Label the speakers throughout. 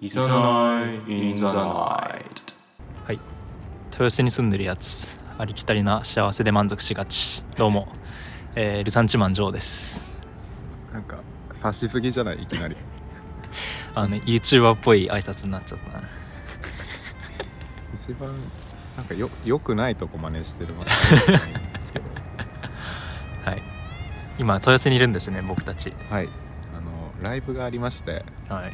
Speaker 1: いざない、いんざない。
Speaker 2: はい豊洲に住んでるやつありきたりな幸せで満足しがちどうも、 えー、ルサンチマンジョーです
Speaker 3: なんか刺しすぎじゃないい きなり
Speaker 2: あの YouTuber っぽい挨拶になっちゃったな
Speaker 3: 一番なんかよよくないとこ真似してるわけじゃないんです けど
Speaker 2: はい今豊洲にいるんですね僕たち
Speaker 3: はいあのライブがありまして
Speaker 2: はい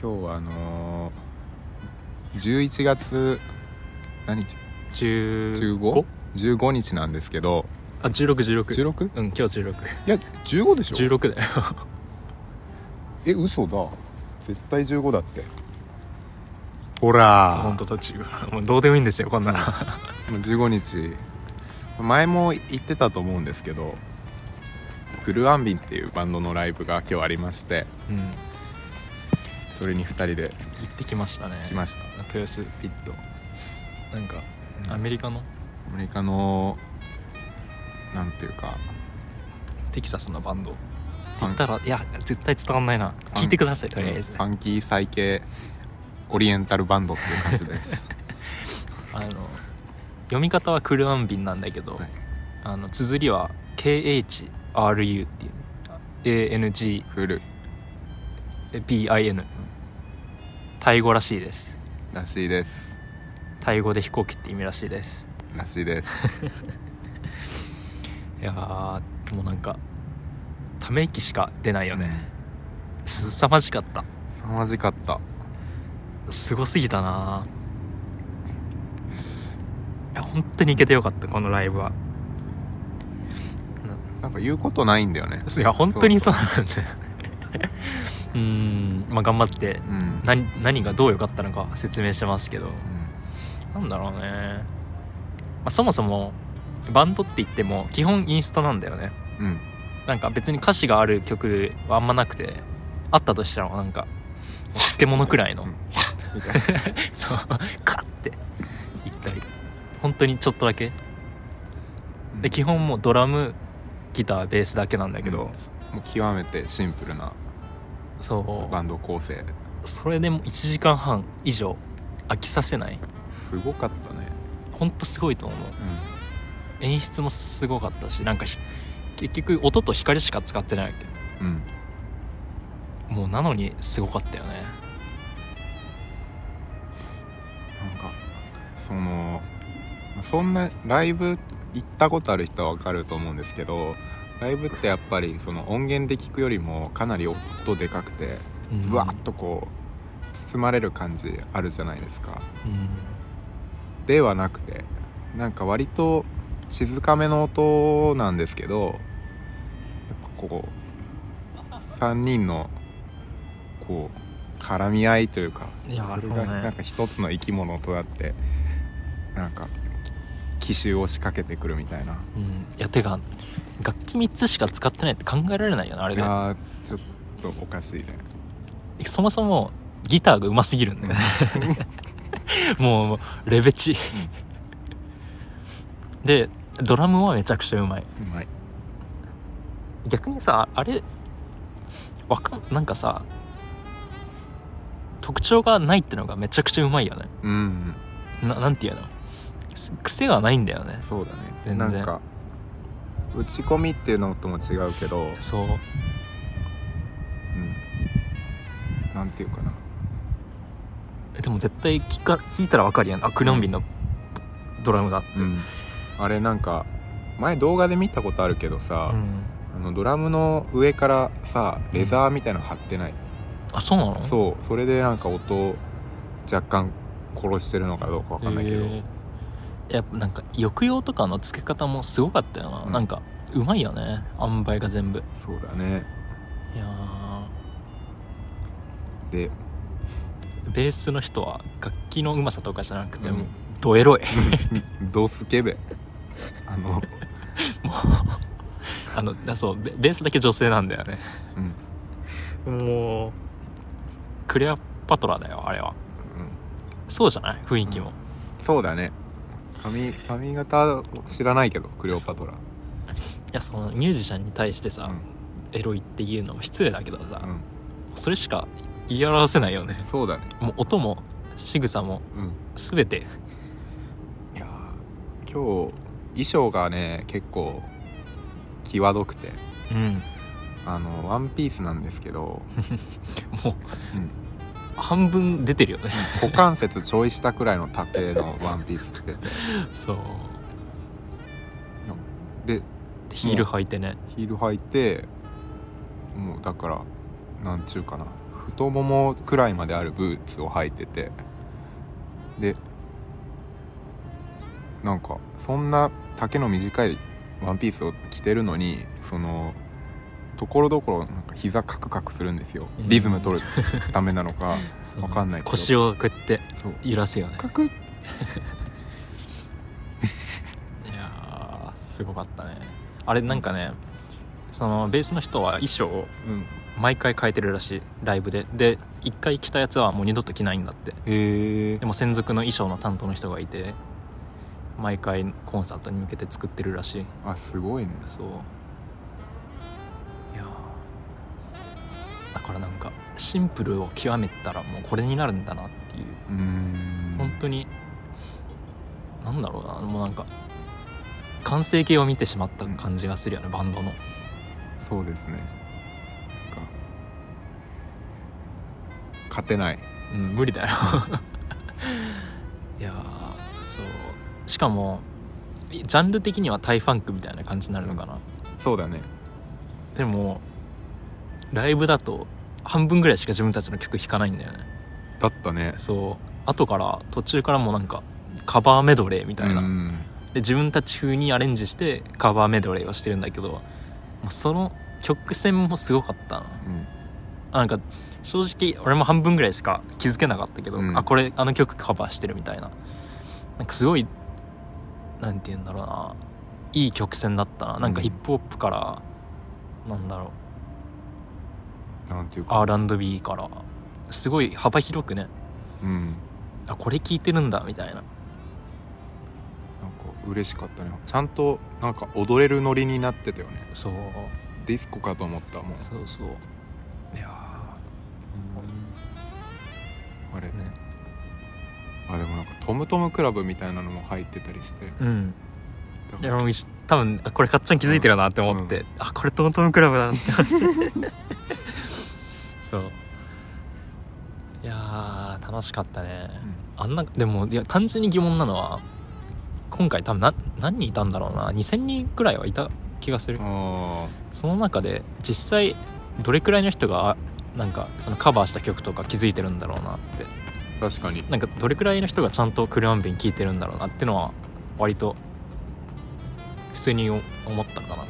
Speaker 3: 今日はあのー、11月何日
Speaker 2: 15
Speaker 3: 15?15 日なんですけど
Speaker 2: あ1616
Speaker 3: 16?
Speaker 2: うん今日16
Speaker 3: いや15でしょ
Speaker 2: 16だよ
Speaker 3: え嘘だ絶対15だってほら
Speaker 2: 本当と違うもうどうでもいいんですよこんなの
Speaker 3: もう15日前も言ってたと思うんですけどグルアンビンっていうバンドのライブが今日ありまして
Speaker 2: うん
Speaker 3: それに2人で
Speaker 2: 行ってきましたね
Speaker 3: 来ました
Speaker 2: 豊洲ピットなんか
Speaker 3: うん
Speaker 2: アメリカの
Speaker 3: アメリカのなんていうか
Speaker 2: テキサスのバンドって
Speaker 3: フ
Speaker 2: 言
Speaker 3: ァン
Speaker 2: ったらいや絶対伝わんないな聞いてくださいとりあえず
Speaker 3: ファンキー最系オリエンタルバンドっていう感じです
Speaker 2: あの読み方はクルアンビンなんだけど、
Speaker 3: はい
Speaker 2: あの綴りは KHRU っていうあ ANGBIN
Speaker 3: フル
Speaker 2: タイ語らしいです
Speaker 3: らしいです
Speaker 2: タイ語で飛行機って意味らしいです
Speaker 3: らしいです
Speaker 2: いやーもうなんかため息しか出ないよね、すさまじかった
Speaker 3: 凄まじかった
Speaker 2: すごすぎたないや本当に行けてよかったこのライブはな
Speaker 3: なんか言うことないんだよね
Speaker 2: いや本当にそうなんだようーんまあ頑張って
Speaker 3: うん、うん
Speaker 2: 何何がどう良かったのか説明してますけどなんだろうね、まあ、そもそもバンドって言っても基本インストなんだよね
Speaker 3: うん
Speaker 2: なんか別に歌詞がある曲はあんまなくてあったとしたらなんか漬物くらいの
Speaker 3: うん
Speaker 2: そうカッて行ったり本当にちょっとだけ で基本もうドラムギターベースだけなんだ
Speaker 3: だ
Speaker 2: け
Speaker 3: けど
Speaker 2: ど、
Speaker 3: もう極めてシンプルな
Speaker 2: そ
Speaker 3: バンド構成
Speaker 2: うそれでも1時間半以上飽きさせない
Speaker 3: すごかったね
Speaker 2: ほんとすごいと思う
Speaker 3: う
Speaker 2: 演出もすごかったしなんかひ結局音と光しか使ってないわけ
Speaker 3: んうん
Speaker 2: もうなのにすごかったよね
Speaker 3: なんかそのそんなライブ行ったことある人は分かると思うんですけどライブってやっぱりその音源で聞くよりもかなり音でかくて
Speaker 2: うん
Speaker 3: うわっとこう包まれる感じあるじゃないですか
Speaker 2: うん
Speaker 3: ではなくてなんか割と静かめの音なんですけどやっぱこう3人のこう絡み合いというか
Speaker 2: いや
Speaker 3: そ
Speaker 2: そう
Speaker 3: れがなん
Speaker 2: ね
Speaker 3: か一つの生き物となってなんか奇襲を仕掛けてくるみたいな
Speaker 2: うんいやてか楽器3つしか使ってないって考えられないよねあれ
Speaker 3: い
Speaker 2: で
Speaker 3: やーちょっとおかしいね
Speaker 2: そもそもギターがうますぎるんだよね もうもうレベチでドラムはめちゃくちゃうまいう
Speaker 3: まい
Speaker 2: 逆にさあれわかんなんかさ特徴がないってのがめちゃくちゃうまいよね
Speaker 3: うん
Speaker 2: ななんていうのす癖がないんだよね
Speaker 3: そうだね
Speaker 2: 全然
Speaker 3: なんか打ち込みっていうのとも違うけど、
Speaker 2: そう
Speaker 3: うん、なんていうかな
Speaker 2: えでも絶対聞か聞いたらわかるやんあクロンビンのドラムだって
Speaker 3: うん、あれなんか前動画で見たことあるけどさ、
Speaker 2: うん
Speaker 3: あのドラムの上からさレザーみたいなの貼ってない、
Speaker 2: あそうなのう
Speaker 3: そうそれでなんか音を若干殺してるのかどうかわかんないけど、
Speaker 2: やっぱなんか抑揚とかの付け方もすごかったよな、
Speaker 3: うん
Speaker 2: なんかうまいよね塩梅が全部い
Speaker 3: そうだね
Speaker 2: や
Speaker 3: で
Speaker 2: ーベースの人は楽器のうまさとかじゃなくて、
Speaker 3: うん
Speaker 2: もうドエロい
Speaker 3: ドスケベ あの、
Speaker 2: あのだそうベベースだけ女性なんだよね
Speaker 3: うんうん、
Speaker 2: もうクレアパトラだよあれはそうじゃない雰囲気も、
Speaker 3: そうだね髪髪型知らないけどクレオパトラ
Speaker 2: いやそのミュージシャンに対してさ、
Speaker 3: うん
Speaker 2: エロいっていうのも失礼だけどさ、
Speaker 3: うん
Speaker 2: それしか言い表せないよね
Speaker 3: そうだね
Speaker 2: もう音も仕草も
Speaker 3: うん
Speaker 2: 全て
Speaker 3: いやー今日衣装がね結構際どくて
Speaker 2: うん
Speaker 3: あのワンピースなんですけど、
Speaker 2: もう
Speaker 3: うん
Speaker 2: 半分出てるよね
Speaker 3: 股関節ちょい下くらいの丈のワンピース着てて
Speaker 2: そう
Speaker 3: で
Speaker 2: ヒール履いてね
Speaker 3: ヒール履いてもうだからなんちゅうかな太ももくらいまであるブーツを履いててでなんかそんな丈の短いワンピースを着てるのにそのところどころなんか膝カクカクするんですよ
Speaker 2: うん
Speaker 3: リズム取るためなのかわかんないけど
Speaker 2: 腰をこうやって
Speaker 3: そう
Speaker 2: 揺らすよね
Speaker 3: カクッ
Speaker 2: いやーすごかったねあれなんかねそのベースの人は衣装を
Speaker 3: うん
Speaker 2: 毎回変えてるらしいライブでで一回着たやつはもう二度と着ないんだって
Speaker 3: へえ
Speaker 2: でも専属の衣装の担当の人がいて毎回コンサートに向けて作ってるらしい
Speaker 3: あすごいね
Speaker 2: そういやーだからなんかシンプルを極めたらもうこれになるんだなっていう
Speaker 3: うーん
Speaker 2: 本当になんだろうなもうなんか完成形を見てしまった感じがするよね、バンドの
Speaker 3: そうですねなんか勝てない
Speaker 2: うん無理だよ いやーそうしかもジャンル的にはタイファンクみたいな感じになるのかな、
Speaker 3: そうだね
Speaker 2: でもライブだと半分ぐらいしか自分たちの曲弾かないんだよね
Speaker 3: だったね
Speaker 2: そう後から途中からもうなんかカバーメドレーみたいな、
Speaker 3: うん
Speaker 2: で自分たち風にアレンジしてカバーメドレーをしてるんだけど、まあその曲線もすごかったな
Speaker 3: うん
Speaker 2: あなんか正直俺も半分ぐらいしか気づけなかったけど、
Speaker 3: うん
Speaker 2: あこれあの曲カバーしてるみたいななんかすごいなんて言うんだろうないい曲線だったななんか
Speaker 3: うん
Speaker 2: ヒップホップから、なんだろう
Speaker 3: なんていうか
Speaker 2: R&B からすごい幅広くね
Speaker 3: うん
Speaker 2: あこれ聴いてるんだみたいな
Speaker 3: なんか嬉しかったねちゃんとなんか踊れるノリになってたよね
Speaker 2: そう
Speaker 3: ディスコかと思ったもん
Speaker 2: そうそういや
Speaker 3: あれ
Speaker 2: ーね
Speaker 3: あでもなんかトムトムクラブみたいなのも入ってたりして
Speaker 2: うん
Speaker 3: だ
Speaker 2: い
Speaker 3: か
Speaker 2: や
Speaker 3: ら
Speaker 2: もう一多分あこれかっちゃん気づいてるなって思って、
Speaker 3: うん
Speaker 2: あこれトムトムクラブだなって そういやー楽しかったね、あんなでもいや単純に疑問なのは今回多分な何人いたんだろうな2000人くらいはいた気がする、
Speaker 3: あ
Speaker 2: その中で実際どれくらいの人があなんかそのカバーした曲とか気づいてるんだろうなって
Speaker 3: ー確かに
Speaker 2: なんかどれくらいの人がちゃんとクルアンビン聴いてるんだろうなってのは割と普通に思ったかな
Speaker 3: うん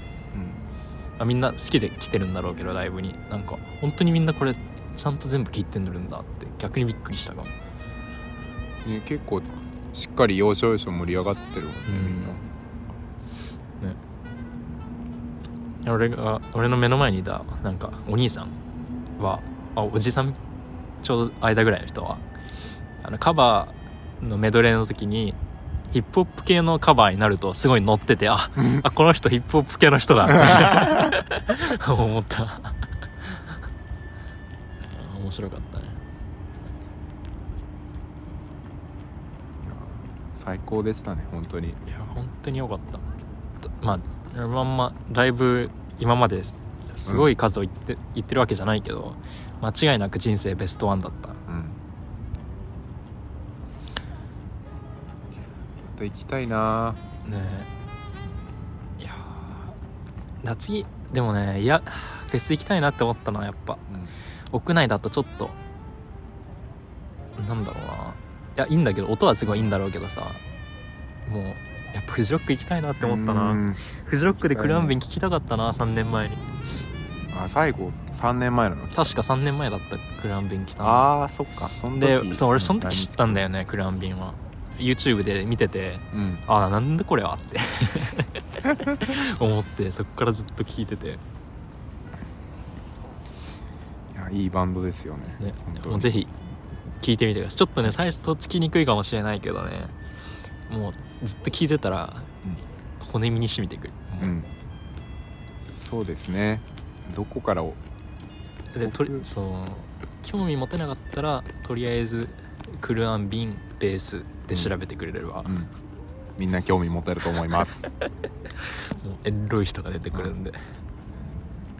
Speaker 2: あみんな好きで来てるんだろうけどライブになんか本当にみんなこれちゃんと全部聴いてるんだって逆にびっくりしたかも
Speaker 3: ね結構しっかり要所要所盛り上がってるもんね
Speaker 2: う
Speaker 3: みん
Speaker 2: ん
Speaker 3: な
Speaker 2: ね俺が俺の目の前にいたなんかお兄さんはあおじさんちょうど間ぐらいの人はあのカバーのメドレーの時にヒップホップ系のカバーになるとすごい乗っててああこの人ヒップホップ系の人だ って思った あ面白かったね
Speaker 3: 最高でしたね本当に
Speaker 2: いや本当に良かったまあまんまライブ今まですすごい数を言って,、言ってるわけじゃないけど間違いなく人生ベストワンだった
Speaker 3: うんまた行きたいな
Speaker 2: ねえいやーだ次でもねいやフェス行きたいなって思ったのはやっぱ屋内だとちょっとなんだろうないやいいんだけど音はすごいいいんだろうけどさもうやっぱフジロック行きたいなって思った
Speaker 3: う
Speaker 2: なんフジロックでクランビン聴きたかったな3年前に
Speaker 3: あ最後3年前なの
Speaker 2: 確か3年前だったクランビン来たの
Speaker 3: ああそっかそん
Speaker 2: でそう俺その時知ったんだよねクランビンは YouTube で見てて
Speaker 3: うん
Speaker 2: ああなんでこれはって 思ってそこからずっと聞いてて、
Speaker 3: いやいいバンドですよね
Speaker 2: ね
Speaker 3: 本、当に
Speaker 2: もうぜひ聞いてみてくださいちょっとね最初とっつきにくいかもしれないけどねもうずっと聞いてたら骨身に染みてくる、
Speaker 3: うん、うんそうですねどこからを
Speaker 2: でとり
Speaker 3: 僕
Speaker 2: そう興味持てなかったらとりあえずクルアン瓶ベースで調べてくれれば、
Speaker 3: うん、みんな興味持てると思います
Speaker 2: もうエロい人が出てくるんで、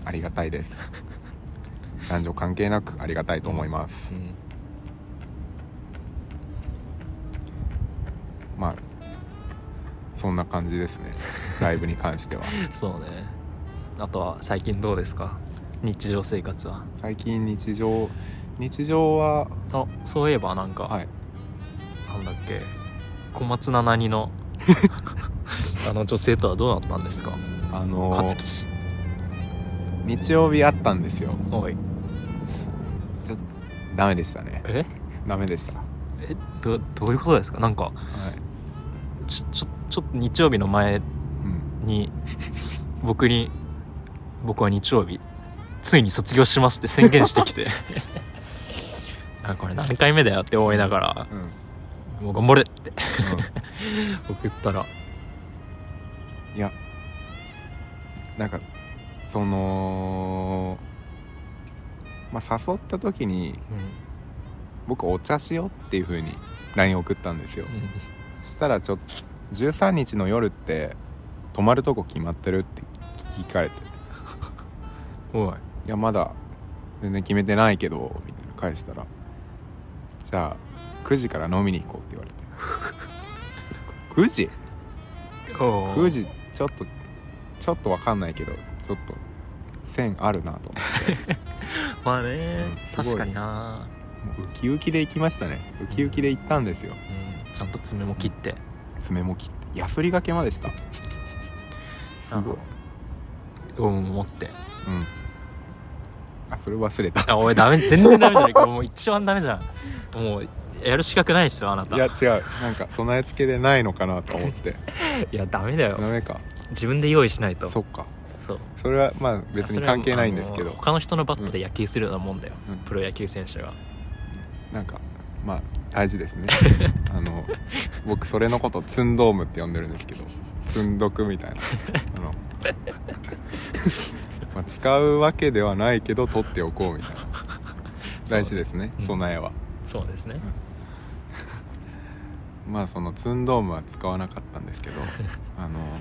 Speaker 3: ありがたいです男女関係なくありがたいと思います
Speaker 2: う、ん
Speaker 3: まあそんな感じですねライブに関しては
Speaker 2: そうねあとは最近どうですか日常生活は
Speaker 3: 最近日常日常は
Speaker 2: あそういえばなんか、
Speaker 3: はい
Speaker 2: なんだっけ小松菜奈に のあの女性とはどうなったんですか
Speaker 3: あの
Speaker 2: 勝木氏
Speaker 3: 日曜日あったんですよ
Speaker 2: おい
Speaker 3: ちょっとダメでしたね
Speaker 2: え
Speaker 3: ダメでした、は
Speaker 2: えどどういうことですかなんか
Speaker 3: い
Speaker 2: ちょちょちょっと日曜日の前
Speaker 3: うん、
Speaker 2: に僕に僕は日曜日ついに卒業しますって宣言してき てあこれ何回目だよって思いながら
Speaker 3: うんうん
Speaker 2: もう頑張れって送ったら
Speaker 3: いやなんかそのまあ誘った時に
Speaker 2: う
Speaker 3: 僕お茶しようっていう風に LINE 送ったんですよ
Speaker 2: んうん
Speaker 3: したらちょっと13日の夜って泊まるとこ決まってるって聞き返って
Speaker 2: おい
Speaker 3: いやまだ全然決めてないけどみたいな返したらじゃあ9時から飲みに行こうって言われて9時9時ちょっとちょっとわかんないけどちょっと線あるなと思
Speaker 2: まあね
Speaker 3: うんすご
Speaker 2: 確
Speaker 3: い
Speaker 2: かにな
Speaker 3: ってもうウキウキで行きましたねウキウキで行ったんですよ
Speaker 2: うんちゃんと爪も切って
Speaker 3: 爪も切ってヤスリがけまでしたすごい
Speaker 2: うん持って
Speaker 3: うんあそれ忘れた
Speaker 2: あおいダメ全然ダメじゃないもう一番ダメじゃんもうやる資格ないっすよあなた
Speaker 3: いや違うなんか備え付けでないのかなと思って
Speaker 2: いやダメだよ
Speaker 3: ダメか
Speaker 2: 自分で用意しないと
Speaker 3: そっか
Speaker 2: そう
Speaker 3: それはまあ別
Speaker 2: それ
Speaker 3: に
Speaker 2: は
Speaker 3: 関係ないんですけ
Speaker 2: あ
Speaker 3: ど
Speaker 2: の他の人のバットで野球するようなもんだよ、
Speaker 3: うん
Speaker 2: プロ野球選手が
Speaker 3: なんかまあ大 事ですねあの僕それのことツンドームって呼んでるんですけどツンドクみたいな あのまあ使うわけではないけど取っておこうみたいな大事ですね
Speaker 2: うん
Speaker 3: 備えは、
Speaker 2: そうですね
Speaker 3: まあそのツンドームは使わなかったんですけどあの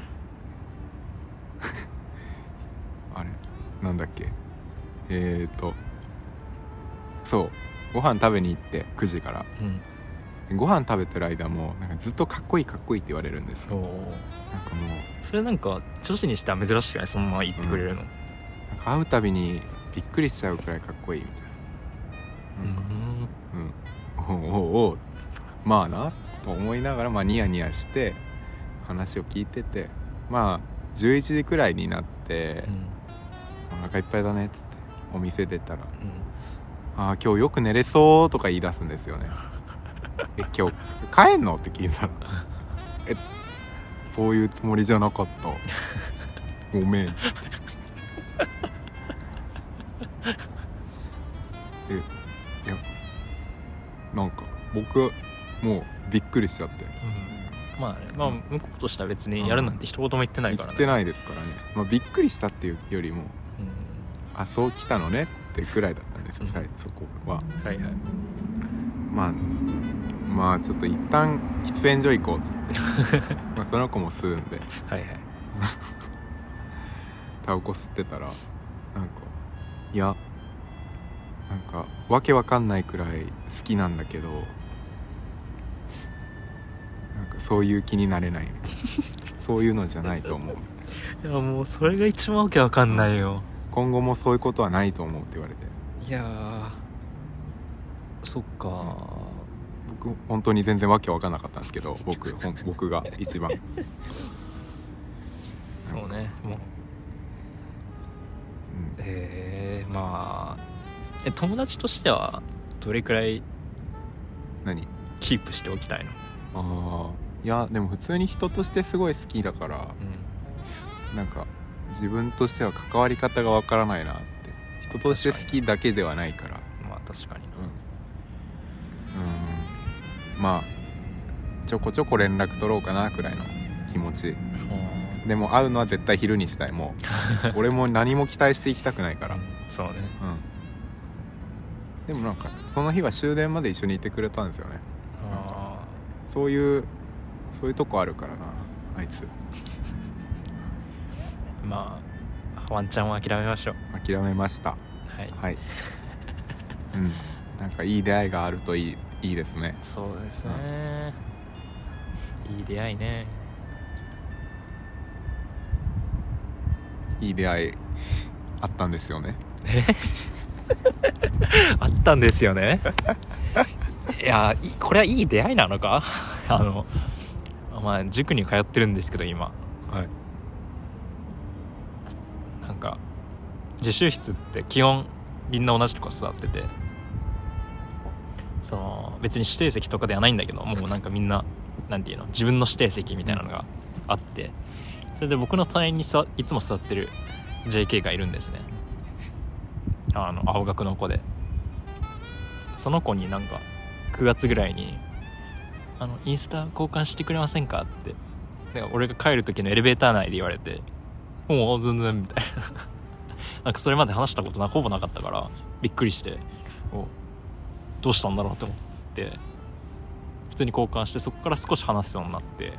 Speaker 3: あれなんだっけえー、とそうご飯食べに行って9時から
Speaker 2: うん
Speaker 3: ご飯食べてる間もなんかずっとかっこいいかっこいいって言われるんです
Speaker 2: お
Speaker 3: よ
Speaker 2: お
Speaker 3: なんかもう
Speaker 2: それなんか女子にしては珍しくないそのまま言ってくれるの
Speaker 3: なんか会うたびにびっくりしちゃうくらいかっこいいみたいな
Speaker 2: う
Speaker 3: なん
Speaker 2: ん
Speaker 3: かうん、おうおうおうまあなと思いながら、まあ、ニヤニヤして話を聞いててまあ11時くらいになって
Speaker 2: うん
Speaker 3: 「お腹いっぱいだね」っつってお店出たら
Speaker 2: うん
Speaker 3: 「ああ今日よく寝れそう」とか言い出すんです よね「え今日帰んの?」って聞いたら「えそういうつもりじゃなかったごめん」ってえいやなんか僕もうびっくりしちゃって
Speaker 2: うんまあね、まあ向こうとしては別にやるなんて一言も言ってないから
Speaker 3: 言
Speaker 2: ね
Speaker 3: ってないですからね、まあ、びっくりしたっていうよりも「あそう来たのね」ってくらいだったんですよ最そこは。
Speaker 2: うん、はいはい
Speaker 3: まあまあちょっと一旦喫煙所行こうっつってまあその子も吸うんで
Speaker 2: はいはい
Speaker 3: タバコ吸ってたらなんかいやなんかわけわかんないくらい好きなんだけどなんかそういう気になれないみたいなそういうのじゃないと思う
Speaker 2: いやもうそれが一番わけわかんないよ
Speaker 3: 今後もそういうことはないと思うって言われて
Speaker 2: いやーそっか
Speaker 3: 僕本当に全然わけわかんなかったんですけど僕ほん僕が一番
Speaker 2: そうねもう
Speaker 3: うん
Speaker 2: えー、まあえ友達としてはどれくらい
Speaker 3: 何
Speaker 2: キープしておきたいの、
Speaker 3: ああいやでも普通に人としてすごい好きだからなんか自分としては関わり方がわからないなって人として好きだけではないから
Speaker 2: まあ確かに
Speaker 3: うんうんまあちょこちょこ連絡取ろうかなくらいの気持ちでも会うのは絶対昼にしたい もう俺も何も期待していきたくないから
Speaker 2: そうね
Speaker 3: うんでもなんかその日は終電まで一緒にいてくれたんですよね
Speaker 2: あ
Speaker 3: そういうそういうとこあるからなあいつ
Speaker 2: ーまあワンチャンは諦めましょう
Speaker 3: 諦めました
Speaker 2: はい
Speaker 3: はいうんなんかいい出会いがあるといいいいですね
Speaker 2: そうですねいい出会いね
Speaker 3: いい出会いあったんですよね
Speaker 2: あったんですよねいやいこれはいい出会いなのか あのまあ塾に通ってるんですけど今
Speaker 3: はい
Speaker 2: なんか自習室って基本みんな同じとこ座っててその別に指定席とかではないんだけどもうなんかみんな なんていうの自分の指定席みたいなのがあってそれで僕の隣に座いつも座ってる JK がいるんですねあの青学の子でその子になんか9月ぐらいに「あのインスタ交換してくれませんか?」ってで俺が帰る時のエレベーター内で言われて「もう全然」みたいななんかそれまで話したことなほぼなかったからびっくりしておどうしたんだろうと思って普通に交換してそこから少し話すようになって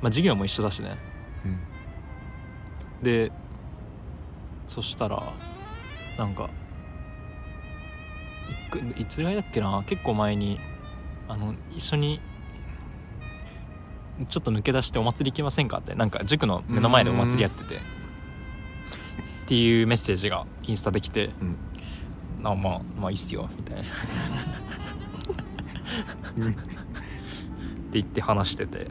Speaker 2: まあ授業も一緒だしね
Speaker 3: うん
Speaker 2: でそしたらなんかいくいつぐらいだっけな結構前にあの一緒にちょっと抜け出してお祭り行きませんかってなんか塾の目の前でお祭りやっててっていうメッセージがインスタで来て
Speaker 3: うん
Speaker 2: あまあまあいいっすよみたいなって言って話してて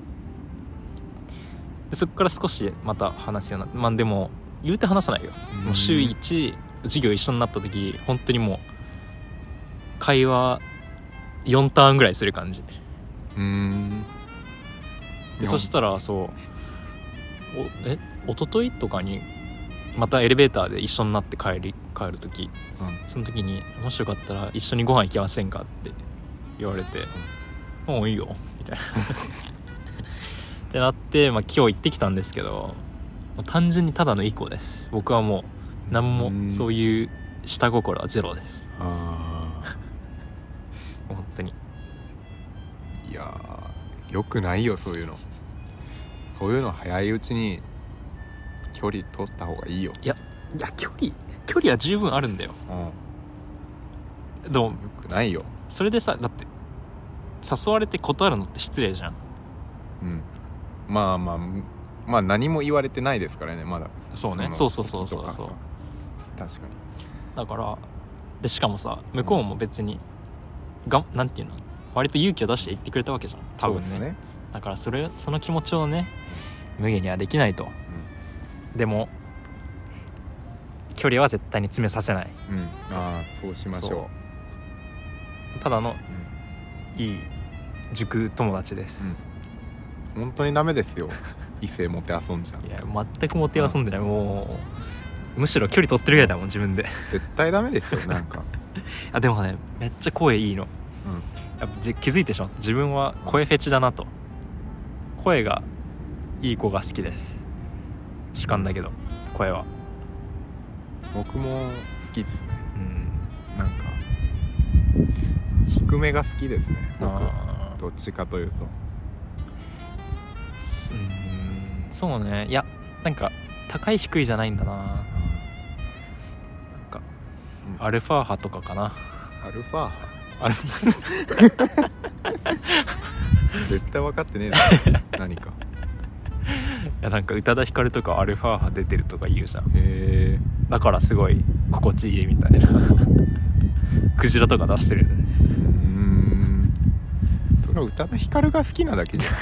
Speaker 2: でそこから少しまた話すようになってまあでも言うて話さないよ
Speaker 3: うん
Speaker 2: もう週1授業一緒になった時本当にもう会話4ターンぐらいする感じ
Speaker 3: うーん
Speaker 2: でそしたらそうおえ一昨日とかにまたエレベーターで一緒になって帰り帰る時
Speaker 3: うん
Speaker 2: その時に「もしよかったら一緒にご飯行きませんか?」って言われて「もういいよ」みたいなってなって、まあ、今日行ってきたんですけどもう単純にただのいい子です僕はもう何
Speaker 3: うん
Speaker 2: もそういう下心はゼロです
Speaker 3: あ
Speaker 2: 本当に
Speaker 3: ーいやーよくないよそういうのそういうの早いうちに距離取った方がいいよ、
Speaker 2: いや距離距離は十分あるんだよ
Speaker 3: うん、よ
Speaker 2: でも
Speaker 3: くないよ
Speaker 2: それでさだって誘われて断るのって失礼じゃん
Speaker 3: うんまあまあまあ何も言われてないですからねまだ
Speaker 2: そうね
Speaker 3: の
Speaker 2: そうそうそうそう
Speaker 3: 時とかさ確かに
Speaker 2: だからでしかもさ向こうも別にがなんていうの割と勇気を出して言ってくれたわけじゃん多分
Speaker 3: そ
Speaker 2: ね
Speaker 3: うですね
Speaker 2: だからそれその気持ちをね無限にはできないと、でも距離は絶対に詰めさせない
Speaker 3: うんああそうしましょ
Speaker 2: ただの
Speaker 3: うう
Speaker 2: いい塾友達です、
Speaker 3: ん、本当にダメですよ異性持って遊んじゃ
Speaker 2: いや全くもて遊んでない、もうむしろ距離取ってるぐらいだもん自分で
Speaker 3: 絶対ダメですよなんか、
Speaker 2: あでもねめっちゃ声いいのやっぱじ気づいてしまった自分は声フェチだなと声がいい子が好きです主観だけど声は
Speaker 3: うん、僕も好きですね
Speaker 2: うん
Speaker 3: なんか低めが好きですね僕
Speaker 2: あ
Speaker 3: どっちかというと
Speaker 2: ーすうんそうねいやなんか高い低いじゃないんだななんか
Speaker 3: うん
Speaker 2: アルファ波とかかな
Speaker 3: アルファ アルファ絶対分かってねえな何か
Speaker 2: いやなんか宇多田ヒカルとかアルファ波出てるとか言うじゃん
Speaker 3: へえ
Speaker 2: だからすごい心地いいみたいな クジラとか出してるよね
Speaker 3: うーんそれは宇多田ヒカルが好きなだけじゃんい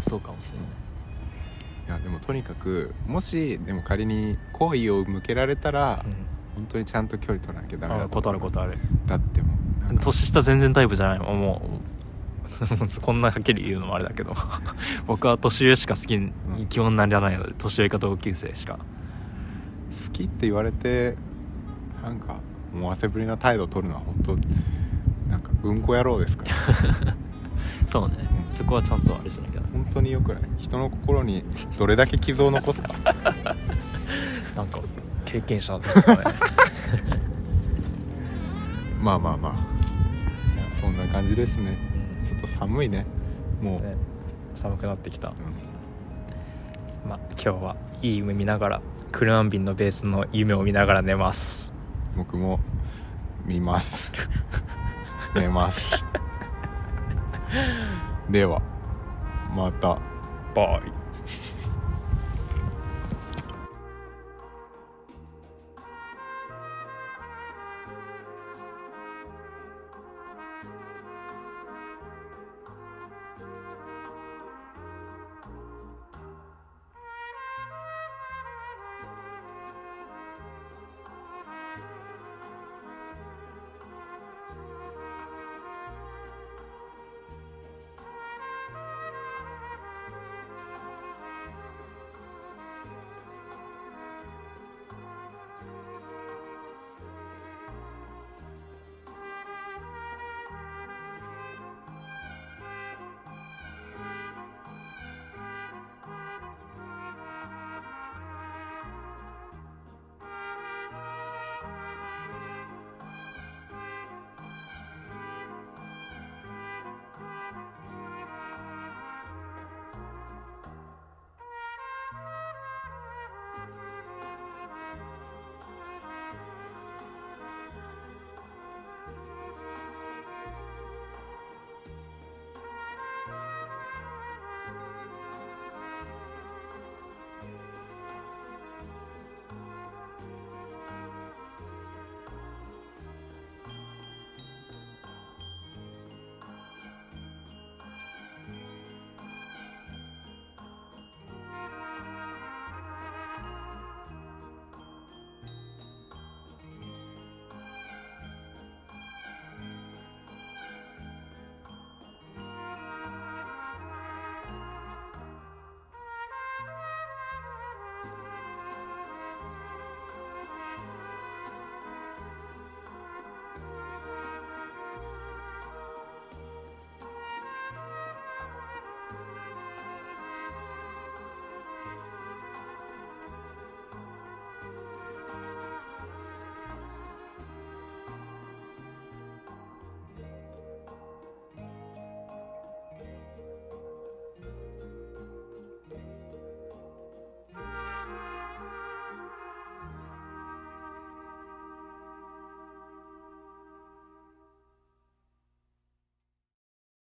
Speaker 2: そうかもしれない
Speaker 3: やでもとにかくもしでも仮に好意を向けられたら、本当にちゃんと距離取らなきゃダメだ
Speaker 2: あ断る断る
Speaker 3: だってもうなんか
Speaker 2: 年下全然タイプじゃないもんもう こんなはっきり言うのもあれだけど 僕は年上しか好きに
Speaker 3: ん
Speaker 2: 基本にならないので年上か同級生しか
Speaker 3: 好きって言われてなんか思わせぶりな態度を取るのは本当なんかうんこ野郎です から
Speaker 2: そうね、
Speaker 3: うん
Speaker 2: そこはちゃんとあれしなきゃ
Speaker 3: 本当によくない人の心にどれだけ傷を 残すか
Speaker 2: なんか経験者ですかね
Speaker 3: まあまあまあそんな感じですね
Speaker 2: うん
Speaker 3: ちょっと寒いねもう、
Speaker 2: ね寒くなってきた
Speaker 3: うん
Speaker 2: まあ今日はいい夢見ながらクルアンビンのベースの夢を見ながら寝ます
Speaker 3: 僕も見ます寝ますではまた
Speaker 2: バイ